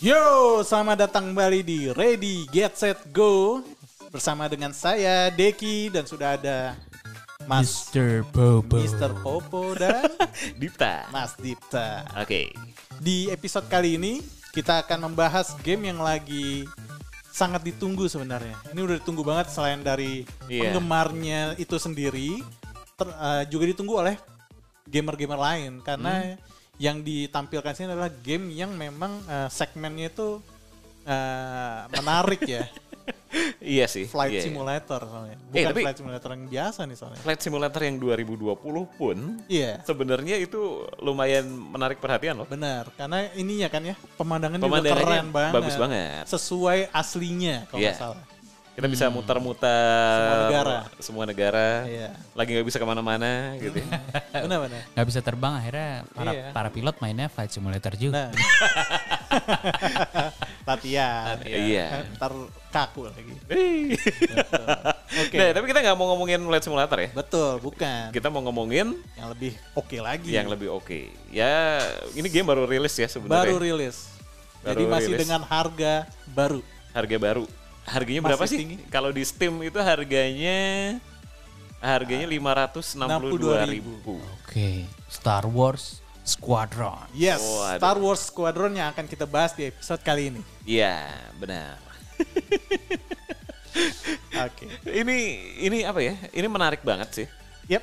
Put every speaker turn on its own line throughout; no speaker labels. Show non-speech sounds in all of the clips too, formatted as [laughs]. Yo, selamat datang kembali di Ready Get Set Go bersama dengan saya Deki dan sudah ada Mas
Mr. Bobo.
Mr. Popo dan
Dita.
Mas Dipta.
Oke. [laughs]
Di episode kali ini kita akan membahas game yang lagi sangat ditunggu sebenarnya. Ini udah ditunggu banget selain dari
Iya.
penggemarnya itu sendiri, ter- eh, juga ditunggu oleh gamer-gamer lain karena
Hmm.
yang ditampilkan sini adalah game yang memang eh, segmennya itu eh, menarik
[laughs]
ya.
Iya sih.
Flight
iya.
Simulator soalnya. Bukan
Eh, tapi-
Flight Simulator yang biasa nih soalnya.
Flight Simulator yang 2020 pun
Iya.
sebenarnya itu lumayan menarik perhatian loh.
Benar, karena ininya kan ya pemandangannya Kan juga
Pemandangannya
keren banget.
bagus banget.
Sesuai aslinya kalau
Iya.
nggak salah.
Kita bisa muter-muter
Hmm. Semua negara.
semua negara.
Iya.
Lagi nggak bisa kemana-mana gitu. [laughs] ya.
Benar benar.
Gak bisa terbang akhirnya para,
Iya.
para pilot mainnya flight simulator juga.
Nah.
[laughs]
Latihan.
Iya.
Ntar kaku lagi.
Hei.
Oke.
Nah, tapi kita nggak mau ngomongin Flight Simulator ya.
Betul, bukan.
Kita mau ngomongin
Yang lebih oke lagi.
yang lebih oke. Ya, ini game baru rilis ya
Iya. baru
sebenarnya.
rilis.
Baru
Jadi masih
rilis.
dengan harga baru.
Harga baru. Harganya berapa
Masih
sih?
tinggi.
Kalau di Steam itu harganya harganya 562.000.
Oke, Star Wars Squadron.
Yes,
Waduh.
Star Wars Squadron yang akan kita bahas di episode kali ini.
Iya, benar.
Oke.
[laughs] Ini ini apa ya? Ini menarik banget sih.
Yep.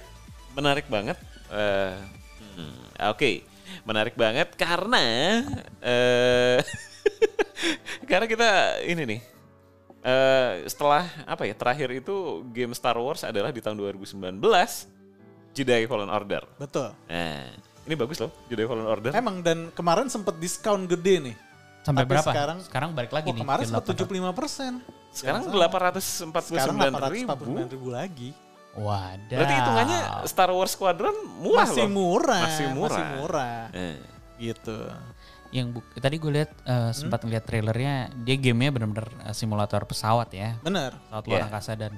Menarik banget. Eh, hmm, Oke, menarik banget karena eh [laughs] karena kita ini nih. eh, setelah apa ya? Terakhir itu game Star Wars adalah di tahun 2019 Jedi Fallen Order.
Betul.
Nah, ini bagus loh Jedi Fallen Order.
Emang dan kemarin sempat diskon gede nih.
Sampai
Tapi
berapa?
sekarang-
sekarang balik lagi
Wah,
nih.
kemarin
ke
sempat
800.
75 persen.
Sekarang
Sekarang
849 ribu.
849 ribu lagi.
Wadah.
Berarti hitungannya Star Wars Squadron murah
Masih
loh.
murah.
Masih murah.
Masih murah.
Eh,
Gitu.
yang bu- tadi gue lihat eh, sempat ngeliat trailernya, dia gamenya benar-benar eh, simulator pesawat ya,
Bener.
pesawat luar angkasa dan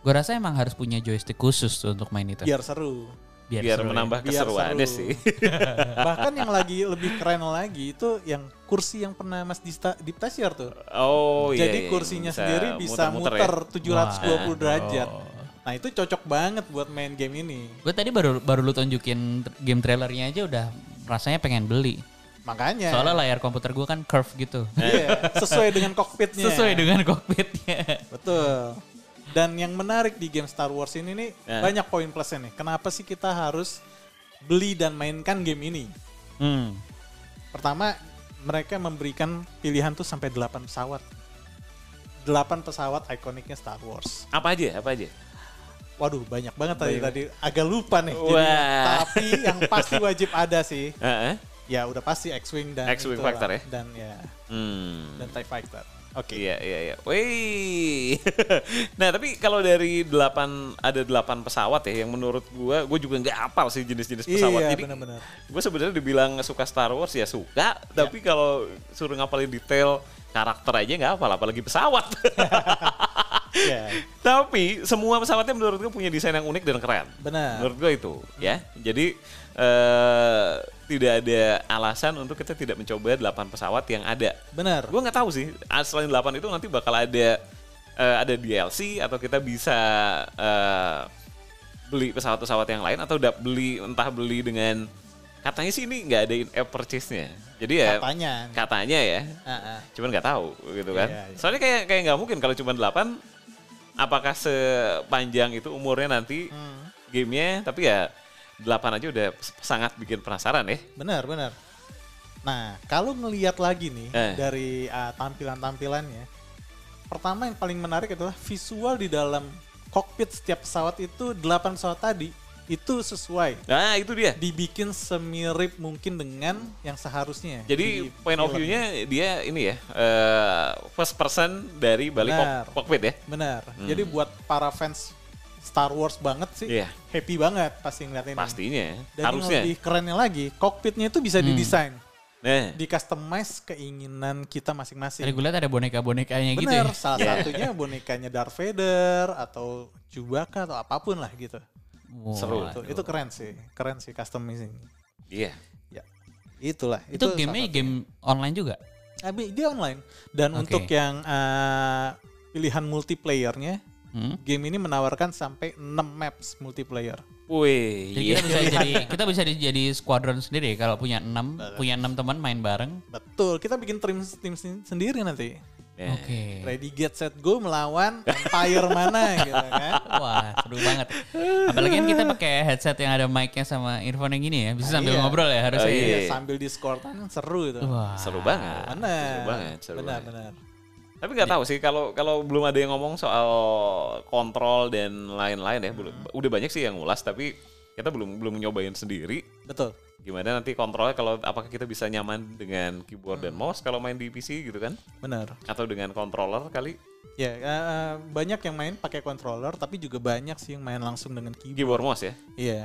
gue rasa emang harus punya joystick khusus tuh untuk main itu.
Biar
[laughs]
seru.
biar
seru ya.
menambah
Iya, Biar
keseruannya
seru.
sih. [laughs]
Bahkan yang lagi lebih keren lagi itu yang kursi yang pernah Mas Dista, Dipta share tuh.
Oh iya.
Jadi
iya,
kursinya sendiri bisa muter,
ya.
720 derajat. Nah itu cocok banget buat main game ini.
Gue tadi baru baru lu tunjukin tr- game trailernya aja udah rasanya pengen beli.
Makanya.
Soalnya layar komputer gue kan curve gitu.
Iya, sesuai dengan kokpitnya.
[laughs] Sesuai dengan kokpitnya.
Betul. Dan yang menarik di game Star Wars ini nih
Ya.
banyak poin plusnya nih. Kenapa sih kita harus beli dan mainkan game ini?
Hmm.
Pertama, mereka memberikan pilihan tuh sampai 8 pesawat. 8 pesawat ikoniknya Star Wars.
Apa aja? Apa aja?
Waduh, banyak banget tadi tadi agak lupa nih.
Wah.
jadinya. Tapi yang pasti wajib ada sih.
Heeh.
Ya udah pasti X-Wing dan
X-Wing
itulah.
Fighter ya?
dan ya
Hmm.
dan TIE Fighter. Oke.
Iya iya iya. Wih. [laughs] nah, tapi kalau dari 8 ada 8 pesawat ya yang menurut gua gua juga nggak hafal sih jenis-jenis pesawat.
Iya,
Jadi
benar-benar.
gue sebenarnya dibilang suka Star Wars ya suka, tapi kalau suruh ngapalin detail karakter aja nggak hafal apalagi pesawat. [laughs]
Iya.
Tapi semua pesawatnya menurut gue punya desain yang unik dan keren.
Benar.
Menurut gue itu, ya. Jadi eh tidak ada alasan untuk kita tidak mencoba 8 pesawat yang ada.
Benar.
Gue nggak tahu sih. ah, Selain 8 itu nanti bakal ada eh, ada DLC atau kita bisa eh, beli pesawat-pesawat yang lain atau udah beli entah beli dengan katanya sih ini nggak ada in-app purchase-nya. Jadi ya
Katanya.
katanya ya
Heeh.
cuman nggak tahu gitu kan.
Iya, iya.
Soalnya kayak kayak nggak mungkin kalau cuma 8 apakah sepanjang itu umurnya nanti
Hmm.
gamenya tapi ya 8 aja udah s- sangat bikin penasaran ya.
Benar, benar. Nah, kalau ngelihat lagi nih
Eh.
dari uh, tampilan-tampilannya, pertama yang paling menarik adalah visual di dalam kokpit setiap pesawat itu 8 pesawat tadi itu sesuai
Nah, itu dia.
dibikin semirip mungkin dengan yang seharusnya.
Jadi
Di-
point of
film.
view-nya dia ini ya, eh, first person dari balik kok-
Benar.
kokpit ya.
benar. Jadi buat para fans Star Wars banget sih,
Iya.
happy banget pasti ngeliat ini.
Pastinya,
Dan yang
harusnya. Hmm.
lebih kerennya lagi, kokpitnya itu bisa didesain,
Nah,
di customize keinginan kita masing-masing.
Tadi gue lihat ada boneka-bonekanya gitu ya.
Bener, salah
Iya.
satunya bonekanya Darth Vader atau Chewbacca atau apapun lah gitu.
Wow.
Seru.
Itu, itu keren sih, keren sih customizing.
iya.
Ya, itulah.
Itu, gamenya game online juga.
Abi dia online. Dan
Oke.
untuk yang eh, pilihan multiplayernya,
Hmm?
game ini menawarkan sampai 6 maps multiplayer.
Wih,
Jadi
iya.
kita bisa jadi kita bisa di- jadi squadron sendiri ya, kalau punya 6 punya enam teman main bareng.
Betul, kita bikin tim tim sen- sendiri nanti.
Ya.
Oke.
Ready get set go melawan empire
[laughs]
mana gitu kan.
Wah, seru banget. Apalagi kan kita pakai headset yang ada mic-nya sama earphone yang gini ya. Bisa
Iya.
sambil ngobrol ya
Ah,
harusnya.
Oh,
Iya,
Iya.
sambil Discord kan seru itu.
Wah.
[laughs] Seru banget.
Benar.
Seru banget, seru
benar,
banget.
benar.
Tapi nggak tahu sih kalau kalau belum ada yang ngomong soal kontrol dan lain-lain ya. belum-
Hmm.
Udah banyak sih yang ngulas tapi kita belum belum nyobain sendiri.
Betul.
Gimana nanti kontrolnya kalau apakah kita bisa nyaman dengan keyboard
Hmm.
dan mouse kalau main di PC gitu kan?
Benar.
Atau dengan controller kali?
Ya, eh, banyak yang main pakai controller tapi juga banyak sih yang main langsung dengan keyboard.
Keyboard mouse ya.
Iya.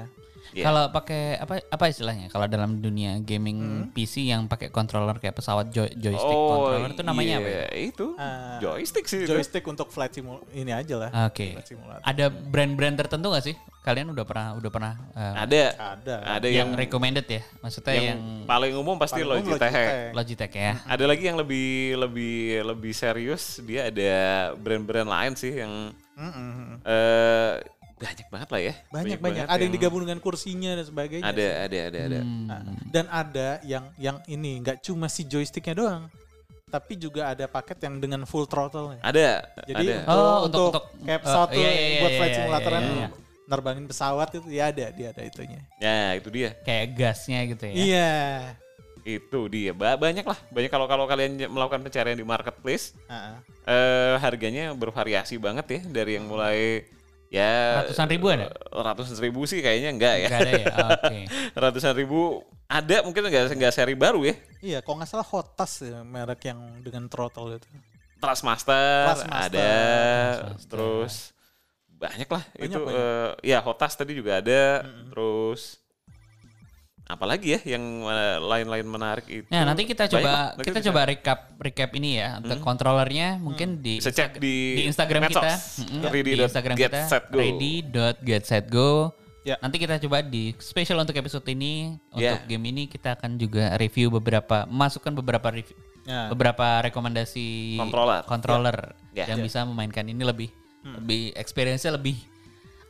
Iya.
Kalau pakai apa apa istilahnya? Kalau dalam dunia
Hmm?
gaming PC yang pakai controller kayak pesawat joy- joystick controller itu namanya apa ya?
Oh, iya, Itu
Ah,
joystick sih itu.
Joystick untuk flight simul ini aja lah.
Oke.
Iya.
Flight simulator.
Ada brand-brand tertentu gak sih? Kalian udah pernah udah pernah eh,
Ada
Ada.
ada
yang,
yang
recommended ya? Maksudnya
yang,
yang,
paling umum pasti
Paling umum
Logitech.
Logitech ya.
Ada lagi yang lebih lebih lebih serius, dia ada brand-brand lain sih yang
Mm-mm.
eh banyak banget lah ya.
Banyak banyak. Ada yang digabung dengan kursinya dan sebagainya.
Ada ada ada ada.
Hmm.
Nah, dan ada yang yang ini nggak cuma si joysticknya doang, tapi juga ada paket yang dengan full throttle-nya.
Ada.
Jadi
ada.
untuk,
Oh,
untuk,
untuk-
kayak
eh,
pesawat tuh
iya, iya,
buat
iya,
flight
iya,
simulator
iya,
kan,
iya.
nerbangin pesawat itu ya ada dia ada itunya.
Ya, itu dia.
Kayak gasnya gitu ya.
Iya.
Itu dia. Ba- banyak lah. Banyak kalau kalau kalian ny- melakukan pencarian di marketplace,
Ah,
eh harganya bervariasi banget ya dari yang mulai ya
Ratusan ribuan ya?
ratusan ribu sih kayaknya enggak ya.
Gak ada ya? Oke.
[laughs] ratusan ribu ada mungkin enggak enggak seri baru ya.
Iya, kalau nggak salah Hotas ya, merek yang dengan throttle itu.
Trustmaster,
Trustmaster.
ada
Trustmaster.
terus banyak lah
Banyak,
itu
banyak.
eh, ya Hotas tadi juga ada terus apalagi ya yang eh, lain-lain menarik itu
Nah, nanti kita
Banyak lah.
coba
Nanti
kita
bisa-
coba recap recap ini ya untuk kontrolernya mungkin di
Hmm. bisa cek di,
di Instagram
medsos.
kita, Mm-mm,
ready
di
dot
Instagram
get
kita
set go.
ready.getsetgo.
Ya.
Nanti kita coba di special untuk episode ini untuk
Ya.
game ini kita akan juga review beberapa masukkan beberapa review
Ya.
beberapa rekomendasi
Ah. Controller.
controller
Ya. Hmm.
yang bisa memainkan ini lebih lebih experience-nya lebih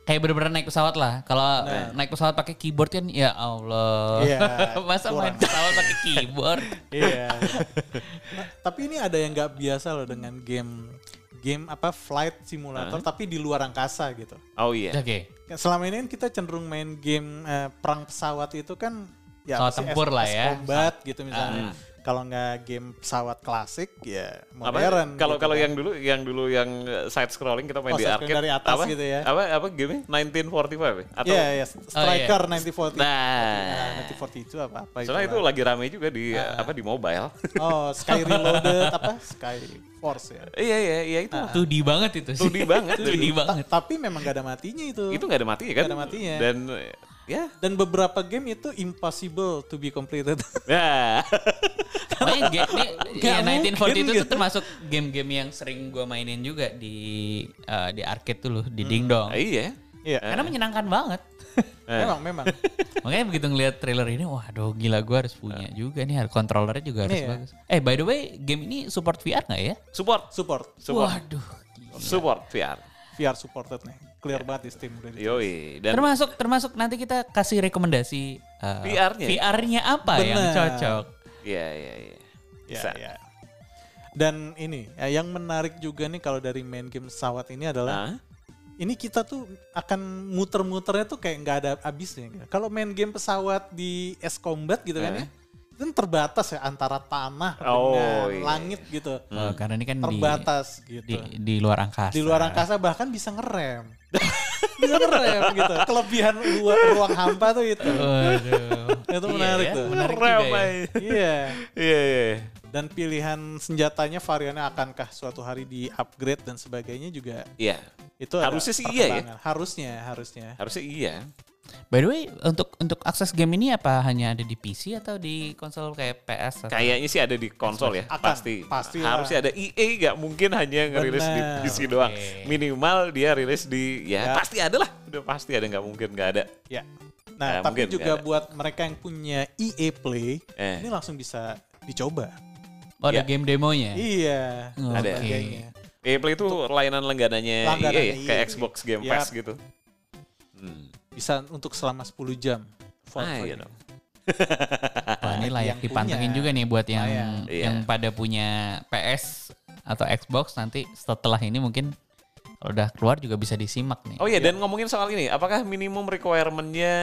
kayak bener-bener naik pesawat lah. Kalau
Nah.
naik pesawat pakai keyboard kan ya Allah.
Iya,
[laughs] Masa main pesawat pakai keyboard?
Iya. [laughs] Nah, tapi ini ada yang nggak biasa loh dengan game game apa flight simulator tapi di luar angkasa gitu.
oh iya
Oke.
Selama ini kan kita cenderung main game eh, perang pesawat itu kan ya
Pesawat
pasti
tempur lah ya. Ah.
Combat gitu misalnya. Kalau nggak game pesawat klasik ya
apa
modern.
kalau
gitu
kalau
kan.
yang dulu yang dulu yang side scrolling kita main
Oh,
di
side
arcade
scrolling dari atas
apa
gitu ya.
apa apa game 1945 ya? atau
Iya, ya,
Oh,
Striker 1940.
nah
Nah, 1940 itu apa-apa itu.
soalnya itu lagi rame juga di
Ah.
apa di mobile [laughs]
Oh, Sky Reloaded apa? Sky Force ya.
Iya iya iya itu.
2D banget itu sih.
2D banget.
2D banget.
Ta- tapi memang gak ada matinya itu.
Itu nggak ada matinya kan?
Nggak ada matinya.
Dan eh, ya.
Dan beberapa game itu impossible to be completed.
Nah,
[laughs]
[laughs]
Makanya game ini ya,
Nggak
1940 itu
mungkin gitu.
tuh termasuk game-game yang sering gua mainin juga di eh, di arcade dulu di Dingdong.
iya.
Iya.
Karena menyenangkan banget.
memang memang.
Makanya begitu ngelihat trailer ini, waduh gila gua harus punya juga nih, harus controllernya juga
Nah.
harus
Iya.
bagus. Eh by the way, game ini support VR nggak ya?
Support,
Support.
support,
Waduh. gila.
support VR.
VR supported nih. Clear banget di Steam udah di-
Yoi. Dan
Termasuk termasuk nanti kita kasih rekomendasi eh,
VR-nya.
VR-nya apa yang
Benar.
cocok.
iya iya iya.
Ya,
Bisa.
ya. Dan ini ya, yang menarik juga nih kalau dari main game pesawat ini adalah
Hah?
ini kita tuh akan muter-muternya tuh kayak nggak ada habisnya. gitu. Kalau main game pesawat di S Combat gitu kan ya, itu kan terbatas ya antara tanah
Oh,
dengan
iya.
langit gitu.
Oh, karena ini kan di,
Terbatas gitu.
di di luar angkasa.
di luar angkasa bahkan bisa
[laughs]
ngerem. bisa ngerem gitu. Kelebihan luar ruang hampa tuh itu.
Waduh.
Itu
Iya
menarik
ya,
tuh.
Menarik
Keren,
juga ya.
Bay.
Iya.
Iya iya.
Dan pilihan senjatanya variannya akankah suatu hari di upgrade dan sebagainya juga
Iya.
itu ada
Harusnya sih iya ya.
perkembangan. Harusnya, harusnya.
Harusnya iya.
By the way, untuk untuk akses game ini apa hanya ada di PC atau di konsol kayak PS? atau-
Kayaknya sih ada di konsol ya,
Akan,
pasti.
pasti lah.
Harusnya ada EA nggak mungkin hanya ngerilis di
Benar.
PC doang.
Oke.
Minimal dia rilis di ya,
Ya.
pasti ada lah. Udah pasti ada nggak mungkin nggak ada.
Ya.
Nah,
Nah, tapi
mungkin
juga
nggak ada.
buat mereka yang punya EA E Play,
Eh.
ini langsung bisa dicoba.
Oh, ada
Ya.
game demonya.
Iya.
Hmm,
Oke.
dan sebagainya.
Gameplay itu lainan langganannya,
Langganannya
EA ya, kayak
EA.
Xbox Game
Yap.
Pass gitu. Hmm.
Bisa untuk selama 10 jam. For
Ah,
free.
iya dong.
Wah,
Eh,
ini
Yang
layak
punya.
dipantengin juga nih buat yang
Layak.
Iya.
yang pada punya PS atau Xbox nanti setelah ini mungkin kalau udah keluar juga bisa disimak nih.
Oh iya, dan ngomongin soal ini, apakah minimum requirement-nya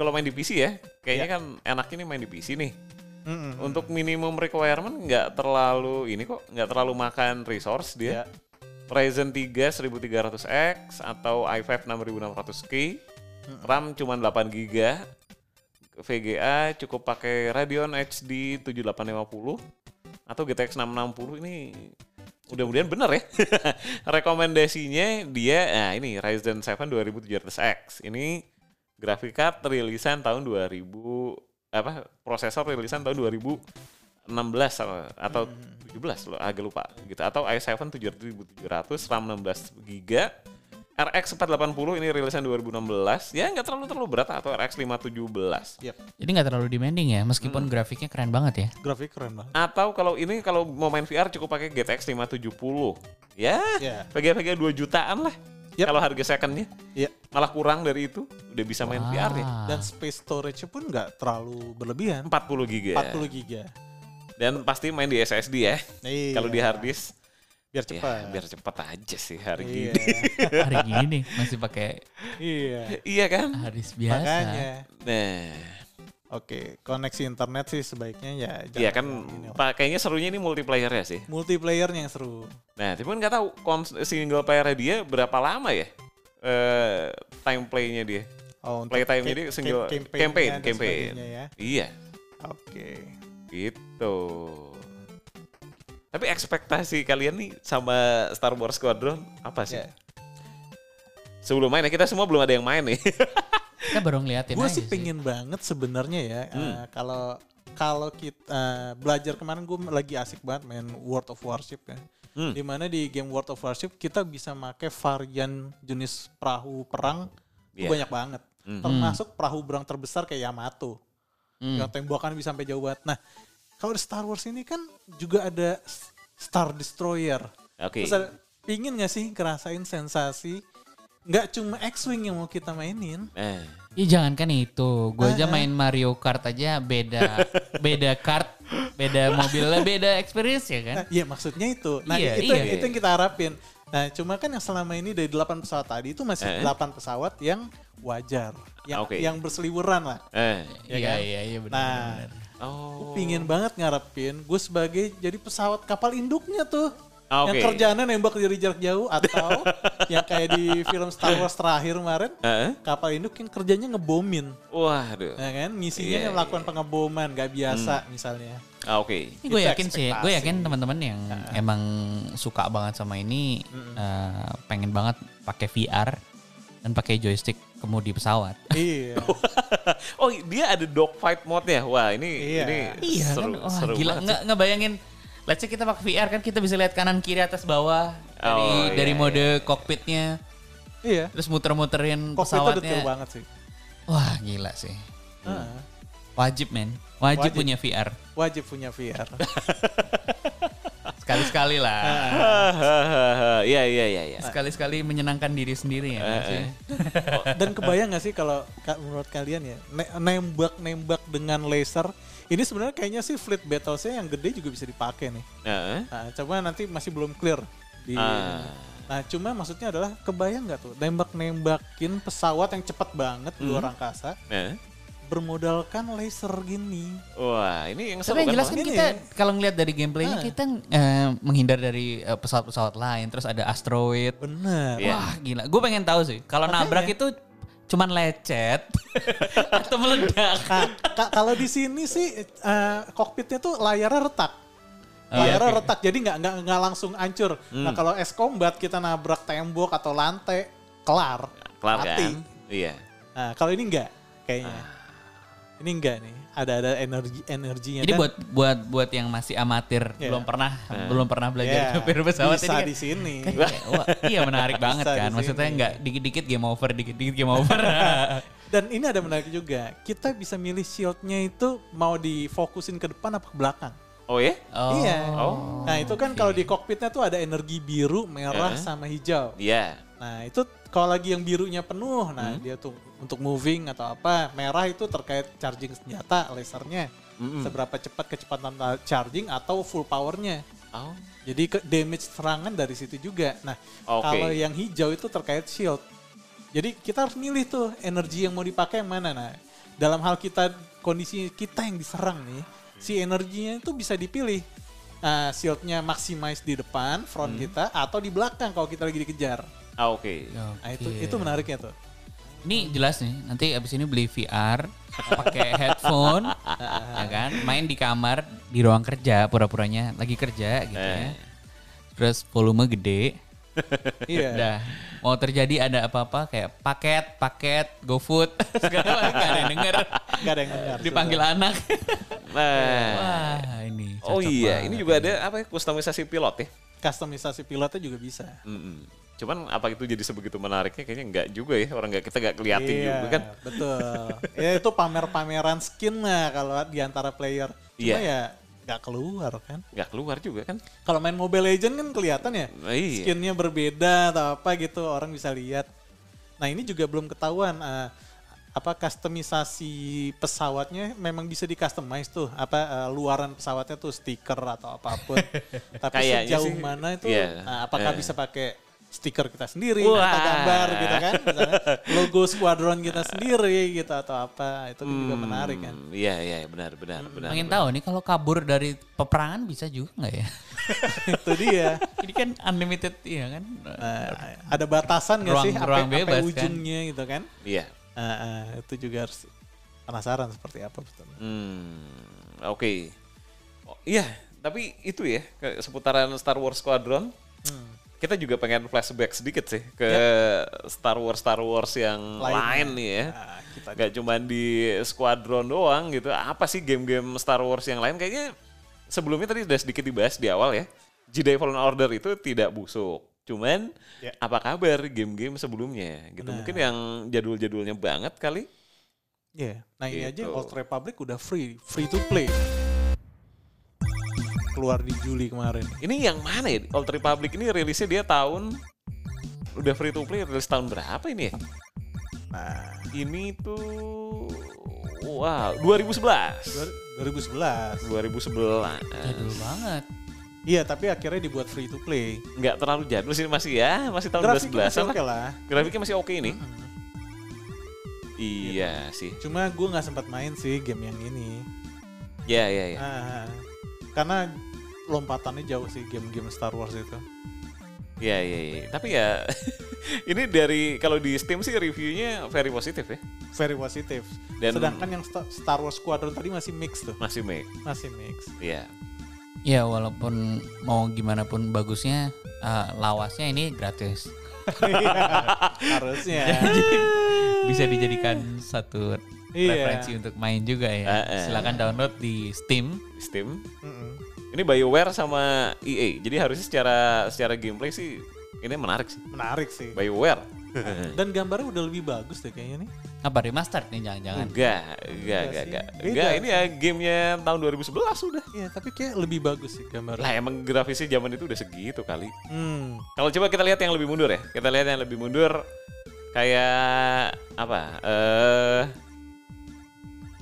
kalau main di PC ya?
Iya.
Kayaknya kan enaknya nih main di PC nih.
Mm-mm.
Untuk minimum requirement nggak terlalu ini kok, nggak terlalu makan resource dia.
Ya.
Ryzen 3 1300X atau i5 6600K. RAM cuma 8 GB. VGA cukup pakai Radeon HD 7850 atau GTX 660 ini mudah-mudahan benar ya. [laughs] Rekomendasinya dia nah ini Ryzen 7 2700X. Ini grafik card rilisan tahun 2000 apa prosesor rilisan tahun 2016 apa- atau 17 loh agak lupa gitu atau i7 7700 RAM 16 GB RX 480 ini rilisan 2016 ya nggak terlalu terlalu berat atau RX 517
Yep.
Jadi nggak terlalu demanding ya, meskipun grafiknya keren banget ya.
Grafik keren
[laughs]
banget.
atau kalau ini kalau mau main VR cukup pakai GTX 570 ya
Ya.
VGA-VGA 2 jutaan lah
Yep.
kalau harga secondnya
Iya.
malah kurang dari itu udah bisa main VR ya
Ah.
Dan space storage pun nggak terlalu berlebihan.
40 GB
40 giga.
dan pasti main di SSD ya
Iya.
kalau di hard disk
biar
ya,
cepat.
biar cepat aja sih hari [laughs]
Iya.
gini
hari gini nih masih pakai
iya.
iya kan
[laughs]
haris biasa.
Makanya.
nah
Oke, koneksi internet sih sebaiknya ya.
Iya
jangan
kan,
ini lah.
pa- kayaknya serunya ini multiplayer ya sih.
multiplayernya yang seru.
Nah, tapi kan nggak tahu kons- single player dia berapa lama ya eh time play-nya dia.
Oh, untuk
Playtime
ca-
jadi
ca-
single
campaign-nya
campaign,
dan
campaign.
sebagainya ya.
Iya,
Oke.
gitu. Tapi ekspektasi kalian nih sama Star Wars Squadron apa sih?
Ya.
Sebelum main ya, kita semua belum ada yang main nih. [laughs]
Kita baru ngeliatin
Gue
aja
sih pengen banget sebenarnya ya. eh,
Hmm.
Kalau kalau kita eh, belajar kemarin gue lagi asik banget main World of Warship ya.
Hmm.
Dimana di game World of Warship kita bisa make varian jenis perahu perang itu
Iya.
banyak banget. Termasuk perahu perang terbesar kayak Yamato.
Hmm.
Yang tembakan bisa sampai jauh banget. Nah, kalau di Star Wars ini kan juga ada S- Star Destroyer.
Oke.
Terus ada- pingin gak sih ngerasain sensasi nggak cuma X-Wing yang mau kita mainin.
Nah,
Ya jangankan itu, gue aja main Mario Kart aja beda beda kart, beda mobilnya, beda experience ya kan.
[laughs] Nah, iya maksudnya itu. Nah
Iya,
itu,
iya.
itu yang kita harapin. Nah cuma kan yang selama ini dari 8 pesawat tadi itu masih
Eh.
8 pesawat yang wajar. Yang,
Oke.
yang berseliweran lah.
eh.
Iya
Iya
kan?
iya iya benar.
Nah
benar.
gue
Oh.
pingin banget ngarepin gue sebagai jadi pesawat kapal induknya tuh.
Ah,
Yang
oke.
kerjaannya nembak dari jarak jauh atau [laughs] yang kayak di film Star Wars terakhir kemarin.
Eh?
Kapal induk yang kerjanya ngebomin.
Waduh.
Ya kan, misinya
Iya,
melakukan pengeboman, gak biasa misalnya.
Ah, Oke. [laughs]
Ini
Itu
gue yakin sih, gue yakin teman-teman yang emang suka banget sama ini eh, pengen banget pakai VR dan pakai joystick kemudi pesawat.
[laughs]
iya.
oh dia ada dogfight mode ya wah ini
Iya.
ini
Iya
seru
kan, wah
seru
gila
banget
nggak nggak bayangin. Let's say kita pakai VR kan kita bisa lihat kanan kiri atas bawah dari
Oh, iya,
dari
iya.
mode kokpitnya
iya.
terus muter-muterin
Kokpitnya detail
pesawatnya.
banget sih.
Wah gila sih,
Hmm.
Heeh.
wajib men, wajib,
Wajib.
punya VR
Wajib punya VR.
sekali-sekali
[laughs]
lah,
Hahaha, iya iya iya iya
sekali-sekali menyenangkan diri sendiri ya.
Eh,
kan sih?
Dan kebayang gak sih kalau ka- menurut kalian ya, ne- nembak-nembak dengan laser, ini sebenarnya kayaknya sih fleet battlesnya yang gede juga bisa dipakai nih.
Heeh.
Nah, coba nanti masih belum clear. di
Eh, Ah.
Nah, cuma maksudnya adalah kebayang nggak tuh nembak-nembakin pesawat yang cepat banget di luar angkasa
Nah.
bermodalkan laser gini.
wah ini yang seru
Tapi yang jelas
Bang?
kan
Ini
kita kalau ngelihat dari
Ah.
gameplaynya kita eh, menghindar dari eh, pesawat-pesawat lain, terus ada asteroid.
Bener.
Iya.
Wah gila, gue pengen tahu sih kalau
ya.
nabrak itu cuman
[laughs]
lecet atau meledak.
Nah, ka- kalau di sini sih eh, kokpitnya tuh layarnya retak.
Oh,
Layarnya
oke. Hmm.
retak, jadi nggak nggak nggak langsung hancur. Nah kalau es combat kita nabrak tembok atau lantai, kelar,
kelar kan
mati.
iya
Nah kalau ini nggak,
Ah.
kayaknya ini nggak nih. Ada ada energi energinya.
Jadi
Dan-
buat buat buat yang masih amatir
Iya.
belum pernah belum pernah
Ya,
belajar sopir pesawat
bisa
ini
di
[laughs]
sini.
kan- kan kayak, wah, iya menarik banget
[laughs] Bisa
kan.
di
Maksudnya
sini.
nggak dikit-dikit game over, dikit-dikit game over.
Dan ini ada menarik juga. Kita bisa milih shieldnya itu mau difokusin ke depan apa ke belakang.
Oh ya?
Oh.
[laughs] Iya.
Oh.
Nah itu kan kalau di kokpitnya tuh ada energi biru,
Eh.
merah, sama hijau.
Iya.
Nah itu kalau lagi yang birunya penuh, nah
Hmm.
dia tuh untuk moving atau apa. Merah itu terkait charging senjata, lasernya.
Mm-mm.
Seberapa cepat kecepatan la- charging atau full powernya.
Oh.
Jadi ke damage serangan dari situ juga. Nah
Oke.
kalau yang hijau itu terkait shield. Jadi kita harus milih tuh energi yang mau dipakai yang mana. Nah dalam hal kita kondisi kita yang diserang nih, si energinya itu bisa dipilih. Ah, shieldnya maximize di depan front kita atau di belakang kalau kita lagi dikejar.
Ah, Oke.
Nah, itu
Oke.
itu menariknya tuh.
Ini jelas nih, nanti abis ini beli VR, pakai
[laughs]
headphone, ya kan, main di kamar, di ruang kerja, pura-puranya lagi kerja gitu
Eh.
ya. Terus volume gede,
Iya.
udah mau terjadi ada apa-apa kayak paket, paket, GoFood, [laughs] segala macam nggak ada yang denger,
Gak ada yang dengar.
dipanggil anak.
Nah.
Wah ini.
Eh. Oh
cocok
iya,
banget.
ini juga ada apa ya kustomisasi pilot ya?
Customisasi pilotnya juga bisa.
Mm-mm. Cuman apa itu jadi sebegitu menariknya kayaknya enggak juga ya orang nggak kita nggak keliatin
Iya.
juga kan?
betul. ya itu pamer-pameran skin lah kalau di antara player.
Iya.
Cuma ya nggak keluar kan.
Nggak keluar juga kan?
Kalau main Mobile Legend kan kelihatan ya.
Nah, iya.
Skinnya berbeda atau apa gitu orang bisa lihat. Nah ini juga belum ketahuan eh, apa customisasi pesawatnya memang bisa di customize tuh apa eh, luaran pesawatnya tuh stiker atau
[laughs]
apapun. Tapi
Kayaknya
sejauh
sih,
mana itu
iya.
nah, apakah
Eh.
bisa pakai stiker kita sendiri
Wah.
atau gambar gitu kan misalnya logo squadron kita sendiri gitu atau apa itu juga menarik kan. [laughs]
Hmm, Iya iya benar benar benar.
Pengen
benar.
tahu nih kalau kabur dari peperangan bisa juga nggak ya? [laughs]
itu dia.
ini kan unlimited iya kan?
Eh.
Nah, ada batasan nggak sih
Ruang-
apa
ruang
apa
bebas, kan?
ujungnya gitu kan?
Iya.
Ah, ah, itu juga harus penasaran seperti apa Nah, betul.
Hmm, oke. Oh, iya, tapi itu ya ke- seputaran Star Wars Squadron.
Hmm.
Kita juga pengen flashback sedikit sih ke
Ya.
Star Wars Star Wars yang
Lainnya.
lain nih ya.
Ah, kita
Gak cuma di Squadron doang gitu. Apa sih game-game Star Wars yang lain? Kayaknya sebelumnya tadi udah sedikit dibahas di awal ya. Jedi Fallen Order itu tidak busuk. Cuman
Ya. Nah.
apa kabar game-game sebelumnya gitu. Mungkin yang jadul-jadulnya banget kali.
Iya, nah ini aja
Gitu.
Old Republic udah free, free to play. Keluar di Juli kemarin.
Ini yang mana ya? Old Republic ini rilisnya dia tahun udah free to play rilis tahun berapa ini ya?
Nah,
Ini tuh wah 2011.
dua- 2011.
2011.
Jadul banget.
Iya, tapi akhirnya dibuat free to play.
Nggak terlalu jadul sih masih ya, masih tahun
Grafiknya
2011
masih
an
oke lah.
Grafiknya masih oke ini. Iya sih.
Cuma gue nggak sempat main sih game yang ini.
Ya ya ya.
Ah, ah. karena lompatannya jauh sih game-game Star Wars itu.
Ya ya ya. Tapi ya [laughs] ini dari kalau di Steam sih reviewnya very positif ya.
Very positif.
Dan-
Sedangkan yang Sta- Star Wars Squadron tadi masih mix tuh.
Masih make.
Masih mix.
Iya.
Ya walaupun mau gimana pun bagusnya eh, lawasnya ini gratis.
[laughs] Harusnya.
Bisa dijadikan satu
Iya.
referensi untuk main juga ya.
Eh, eh.
Silakan download di Steam.
Di Steam
Mm-mm.
Ini BioWare sama EA. Jadi harusnya secara secara gameplay sih ini menarik sih.
Menarik sih.
BioWare.
Dan gambarnya udah lebih bagus deh kayaknya nih.
Apa remaster nih jangan-jangan?
Enggak, enggak, enggak, enggak. Enggak, ini ya gamenya tahun 2011 sudah.
Iya, tapi kayak lebih bagus sih gambarnya.
Lah emang grafisnya zaman itu udah segitu kali.
Hmm.
Kalau coba kita lihat yang lebih mundur ya. Kita lihat yang lebih mundur kayak apa? Eh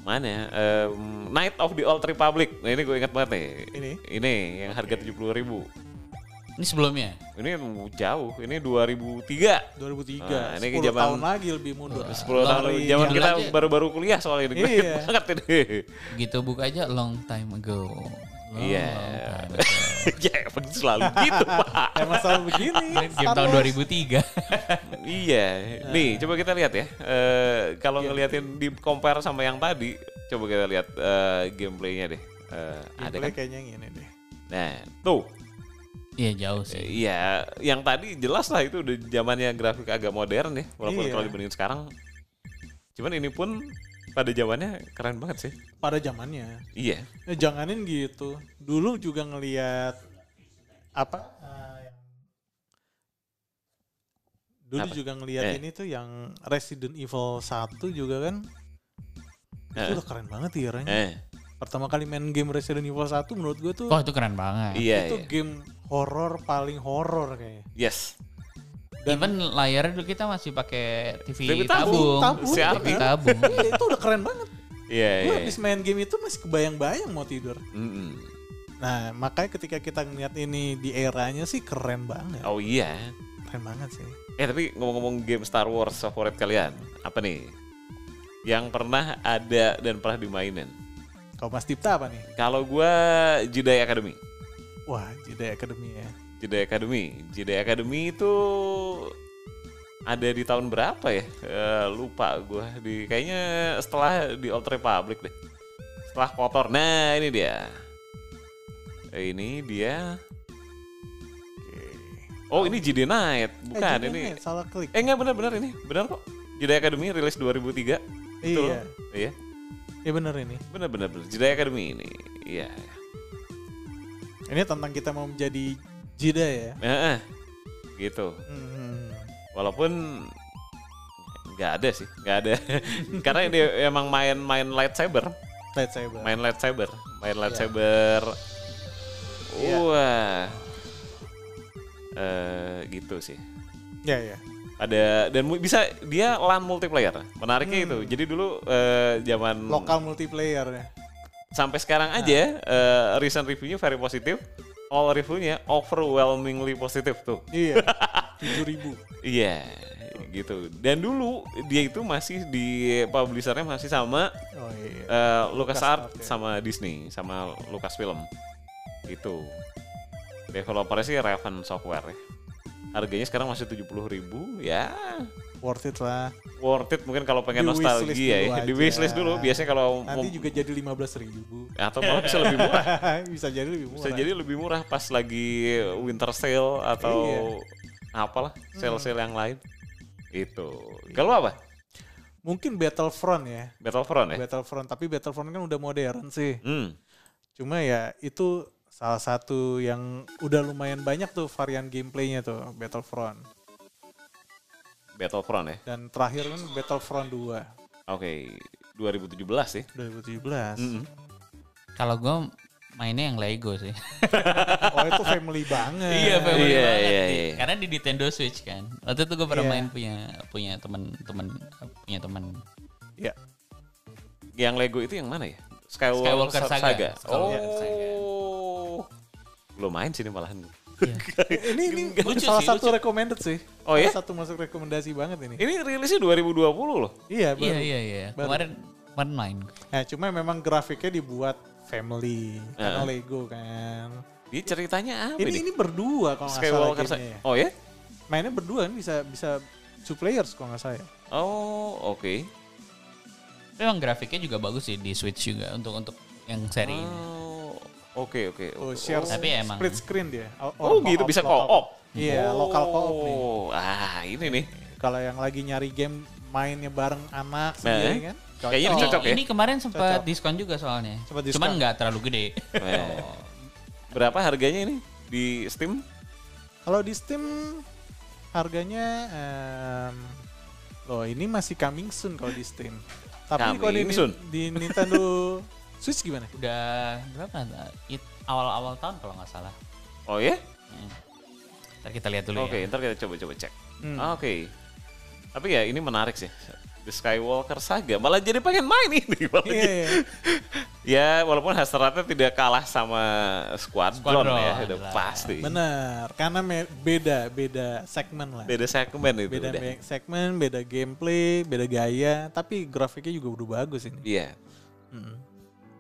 mana ya? Eh, Night of the Old Republic. Nah, ini gue ingat banget nih.
Ini?
Ini yang harga 70.000.
Ini sebelumnya.
Ini jauh. Ini 2003.
2003.
Nah, ini
10
zaman-
tahun lagi lebih mundur.
10 tahun
Dari
zaman
zaman
kita
aja.
baru-baru kuliah soalnya ini. [laughs]
Iya.
Gue banget ini.
Gitu buka aja long time ago.
Oh,
Long,
Iya.
long
[laughs]
time ago.
ya emang selalu gitu, Pak.
Emang selalu begini.
Ini game
Star
tahun
Wars.
2003.
iya.
Nah.
Nih, coba kita lihat ya. Eh, kalau
Iya.
ngeliatin di compare sama yang tadi, coba kita lihat eh, gameplaynya deh. Eh, ada
Gameplay
kan?
kayaknya yang ini deh.
Nah, tuh.
Iya jauh
Eh,
sih.
Iya, yang tadi jelas lah itu udah zamannya grafik agak modern ya, walaupun
Iya.
kalau dibandingin sekarang. Cuman ini pun pada zamannya keren banget sih.
Pada zamannya.
Iya.
Eh, janganin gitu. Dulu juga ngelihat apa? eh, yang- dulu
Apa?
juga ngelihat
Eh.
ini tuh yang Resident Evil 1 juga kan. Itu
Eh.
udah keren banget ya
Eh.
pertama kali main game Resident Evil 1 menurut gue tuh
Oh itu keren banget.
Iya,
itu
iya.
game horor paling horor kayaknya.
Yes.
Even layarnya dulu kita masih pakai TV
TV
tabung,
tabung,
tabung,
TV
CRT.
tabung.
Hmm.
Iya, itu udah keren banget.
Iya,
Gue
iya.
habis main game itu masih kebayang-bayang mau tidur.
Mm-mm.
Nah, makanya ketika kita ngeliat ini di eranya sih keren banget.
Oh iya.
Keren banget sih.
Eh tapi ngomong-ngomong game Star Wars favorit kalian, apa nih? Yang pernah ada dan pernah dimainin.
Kalau Mas Dipta apa nih?
Kalau gua Jedi Academy.
Wah, Jedi Academy ya.
Jedi Academy. Jedi Academy itu ada di tahun berapa ya? Eh, lupa gua di kayaknya setelah di Old Republic deh. Setelah kotor. Nah, ini dia. Eh, Ini dia. Oh, ini Jedi Knight.
Eh,
Bukan,
Jedi
ini.
Knight, salah klik.
Eh enggak benar-benar ini. Benar kok. Jedi Academy rilis 2003. Betul.
Iya.
Iya.
Iya bener ini.
Benar-benar benar. Jedi Academy ini. Iya.
Ini tentang kita mau menjadi Jedi ya.
Heeh. Gitu.
Hmm.
Walaupun nggak ada sih, nggak ada. [laughs] Karena dia emang main-main lightsaber,
Lightsaber.
main lightsaber, main lightsaber. Wah. Eh gitu sih.
Ya, ya.
Ada dan mu- bisa dia LAN multiplayer. Menariknya itu. Jadi dulu eh, zaman
Lokal multiplayer ya.
sampai sekarang
Nah.
aja eh, recent reviewnya very positif. All reviewnya overwhelmingly positif tuh.
Iya. 7000.
Iya, gitu. Dan dulu dia itu masih di publishernya masih sama
Oh iya.
eh, LucasArts
LucasArts, ya.
sama Disney sama Lucasfilm. Gitu. Developernya sih Raven Software. ya. Harganya sekarang masih 70.000 ya.
Worth it lah.
Worth it mungkin kalau pengen
Di wishlist
nostalgia
dulu
ya. Di
aja.
wishlist dulu biasanya kalau mau-
Nanti juga jadi 15.000.
atau malah bisa lebih murah.
[laughs] bisa jadi lebih murah.
Bisa jadi lebih murah pas lagi winter sale atau
Iya.
apalah
Hmm.
sale-sale yang lain. Itu. Kalau apa?
Mungkin Battlefront ya.
Battlefront ya?
Battlefront, tapi Battlefront kan udah modern sih.
Hmm.
Cuma ya itu salah satu yang udah lumayan banyak tuh varian gameplaynya tuh Battlefront.
Battlefront ya.
Dan terakhir kan Battlefront 2
Oke, 2017 sih.
2017.
Hmm.
Kalau gue mainnya yang Lego sih.
Oh itu family banget.
family. Iya,
banget
iya,
sih.
iya.
Karena di Nintendo Switch kan. Waktu itu gue pernah
Iya.
main punya punya teman-teman punya teman
Iya.
Yang Lego itu yang mana ya? Skywalker,
Skywalker
Saga.
Saga. Skywalker Saga.
Oh. Belum main sih ini malahan.
Ini ini
Lucu
salah
sih,
satu recommended sih.
Oh, iya?
Salah satu masuk rekomendasi banget ini.
Ini rilisnya 2020 loh.
Iya, baru.
Iya iya iya.
Baru.
Kemarin kemarin main.
Nah, cuma memang grafiknya dibuat family karena Lego kan.
Dia ceritanya apa
Ini
nih?
ini berdua kalau nggak salah
Skywalker Saga.
gamenya ya.
Oh ya?
Mainnya berdua kan bisa bisa two players kalau nggak salah. ya.
Oh, oke.
Tapi Memang grafiknya juga bagus sih di Switch juga untuk untuk yang seri ini.
Oh, oke oke.
Oh, share
Tapi emang-
split screen dia. O-
Oh,
or
gitu bisa co-op.
Iya, lokal co-op nih.
Oh, ah ini nih.
Kalau yang lagi nyari game mainnya bareng
Nah,
anak sendiri kan. cocok.
Kayaknya
Ini,
cocok ya.
ini kemarin sempat
Cocok.
diskon juga soalnya.
Sempat
Cuman
diskon.
nggak terlalu gede. [laughs]
Eh, Berapa harganya ini di Steam?
Kalau di Steam harganya em, loh ini masih coming soon kalau di Steam. Tapi kalau di,
Coming soon.
di Nintendo [laughs] Switch gimana?
Udah berapa? It- Awal-awal tahun kalau nggak salah.
Oh ya?
Hmm. Ntar kita lihat dulu
Oke,
ya.
ntar kita coba-coba cek.
Hmm.
Ah, Oke. Tapi ya ini menarik sih. The Skywalker Saga malah jadi pengen main ini. malah
Iya,
jadi- [laughs]
iya.
ya walaupun hasratnya tidak kalah sama Squadron,
Squadron
ya, udah
lah.
pasti.
benar. Karena me- beda beda segmen lah.
Beda segmen itu
Beda
udah.
me- segmen, beda gameplay, beda gaya, tapi grafiknya juga udah bagus ini.
Iya.
Mm.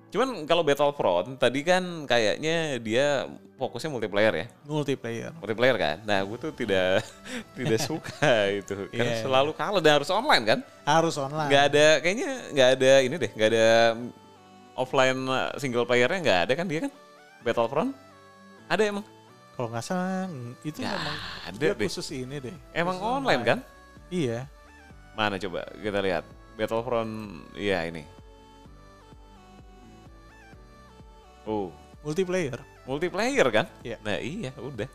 Cuman kalau Battlefront tadi kan kayaknya dia fokusnya multiplayer ya.
Multiplayer.
Multiplayer kan. Nah, gue tuh tidak [laughs] tidak suka
[laughs]
itu. Karena
Iya. Ah.
selalu kalah dan harus online kan.
Harus online.
nggak ada kayaknya nggak ada ini deh nggak ada offline uh, single playernya nggak ada kan dia kan Battlefront ada emang
Kalau nggak salah ng- itu
Nggak
memang
ada
dia
deh.
khusus ini deh.
emang
Khusus
online kan
Iya.
mana coba kita lihat Battlefront ya ini oh
Multiplayer.
multiplayer kan
Iya.
nah iya udah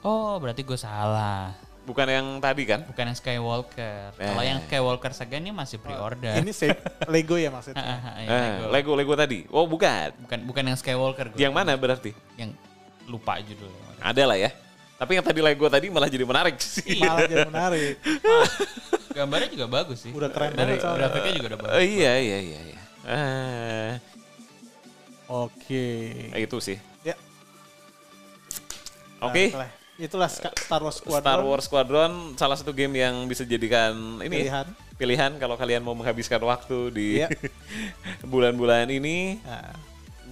Oh berarti gue salah.
Bukan yang tadi kan?
bukan yang Skywalker. Kalau yang Skywalker Saga ini masih pre-order. [laughs]
Ini save Lego ya
Ah,
maksudnya.
ah, ah, yang
Eh,
Lego.
Lego Lego tadi. Oh bukan.
bukan bukan yang Skywalker. gua.
Yang mana berarti?
Yang lupa judulnya.
Ada lah ya. Tapi yang tadi Lego tadi malah jadi menarik [laughs] sih.
Malah jadi menarik.
Gambarnya juga bagus sih.
Udah keren banget
Dari
soalnya.
grafiknya juga udah
Eh,
bagus.
iya iya iya. iya. Eh,
Oke.
itu sih.
Ya.
Oke.
baiklah. Itulah Ska- Star Wars Nah, Squadron.
Star ya. Wars Squadron salah satu game yang bisa jadikan ini
Pilihan.
pilihan kalau kalian mau menghabiskan waktu di
Iya.
[laughs] bulan-bulan ini.
Nah,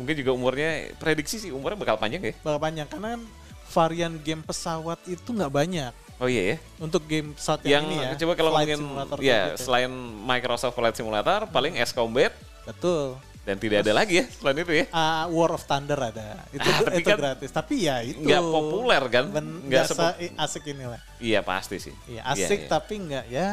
Mungkin juga umurnya prediksi sih umurnya bakal panjang ya.
bakal panjang karena kan varian game pesawat itu nggak banyak.
Oh iya ya.
Untuk game pesawat
yang
yang, ini ya.
coba kalau
flight
mungkin
simulator Hmm.
ya
gitu.
selain Microsoft Flight Simulator paling S Combat
Betul.
dan tidak ada lagi ya selain itu ya
Ah, War of Thunder ada. Itu,
Ah, tapi
itu
kan
gratis. Tapi ya itu.
nggak populer kan
Ben-
nggak
nggak
sepo-
se- eh, asik inilah.
iya pasti sih
Iya,
Iya,
asik
iya.
tapi nggak ya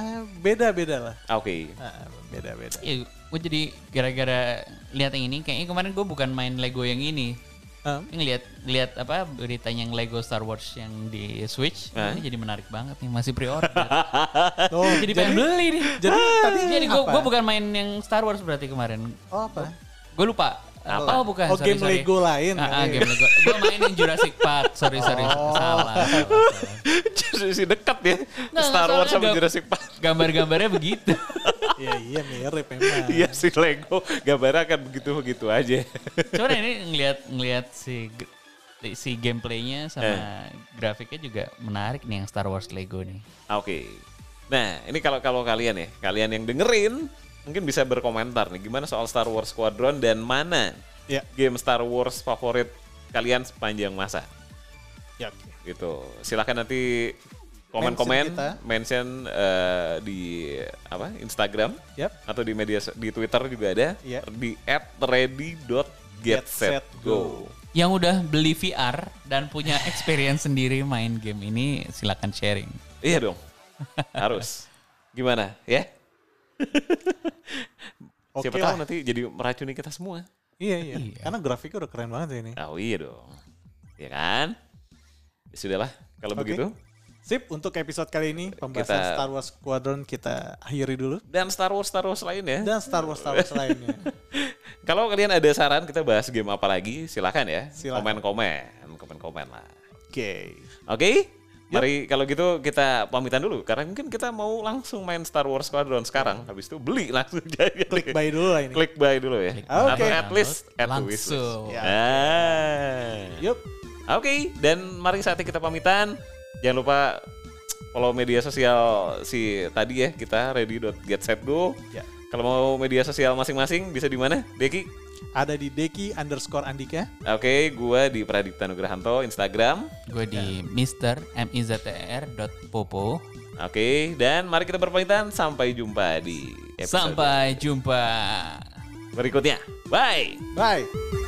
beda-beda lah.
oke [laughs]
Ah, beda-beda.
Iya, gue jadi gara-gara lihat yang ini kayaknya kemarin gue bukan main Lego yang ini.
Ah,
Ini ngeliat ngeliat apa beritanya yang Lego Star Wars yang di Switch ini jadi menarik banget nih masih pre-order. [laughs]
Eh.
tuh,
jadi pengen beli nih. [laughs]
jadi tadi
Jadi gue
apa?
gue bukan main yang Star Wars berarti kemarin.
Oh, apa?
Gue lupa. Apa? Oh bukan.
Oh,
sorry,
game
sorry.
Lego lain. kan?
Ah, ah,
kali.
game Lego. Gue main yang Jurassic Park. Sorry sorry.
Oh.
Salah. salah, salah.
Jadi sih dekat ya
Nggak,
Star Wars
soalnya
sama
gak-
Jurassic Park
Gambar-gambarnya begitu.
[laughs] Iya, iya mirip memang.
Iya si Lego gambarnya akan begitu begitu aja. [laughs]
Cuman ini ngeliat ngeliat si gr- si gameplaynya sama grafiknya juga menarik nih yang Star Wars Lego nih.
Oke. Nah ini kalau kalau kalian ya kalian yang dengerin mungkin bisa berkomentar nih gimana soal Star Wars Squadron dan mana
Iya.
game Star Wars favorit kalian sepanjang masa
Ya, oke.
gitu. Silahkan nanti
Mention
komen-komen
kita.
mention, eh, di apa Instagram
Yap.
atau di media so- di Twitter juga ada
Iya.
di @ready.getsetgo.
Yang udah beli VR dan punya experience sendiri main game ini silakan sharing.
Iya dong. Harus. Gimana
[laughs]
ya?
Oke
Siapa
lah.
tahu nanti jadi meracuni kita semua.
Iya, iya. Karena grafiknya udah keren banget ini.
Oh iya dong. Ya kan? Ya sudahlah kalau
Oke.
begitu.
Sip, untuk episode kali ini pembahasan
Kita-
Star Wars Squadron kita akhiri dulu
Dan Star Wars Star Wars lainnya.
dan Star Wars Star Wars lainnya.
Kalau kalian ada saran kita bahas game apa lagi, silakan ya.
Silakan.
Komen-komen, komen-komen lah.
Oke.
Oke? Mari kalau gitu kita pamitan dulu karena mungkin kita mau langsung main Star Wars Squadron sekarang. Habis itu beli langsung [laughs] jadi.
Klik buy dulu lah ini.
Klik buy dulu ya.
buy.
Atau
Oke.
at least at the
Langsung.
wishlist.
Ya.
Ah.
Yup.
Oke, dan mari saatnya kita pamitan. Jangan lupa follow media sosial si tadi ya kita ready.getsetgo.
Ya.
Kalau mau media sosial masing-masing bisa di mana? Deki.
Ada di Deki underscore Andika.
Oke, gua di Pradipta Nugrahanto Instagram.
Gue di Mister M I Z T E R dot Popo.
Oke, dan mari kita berpamitan sampai jumpa di episode
Sampai jumpa.
berikutnya. Bye.
Bye.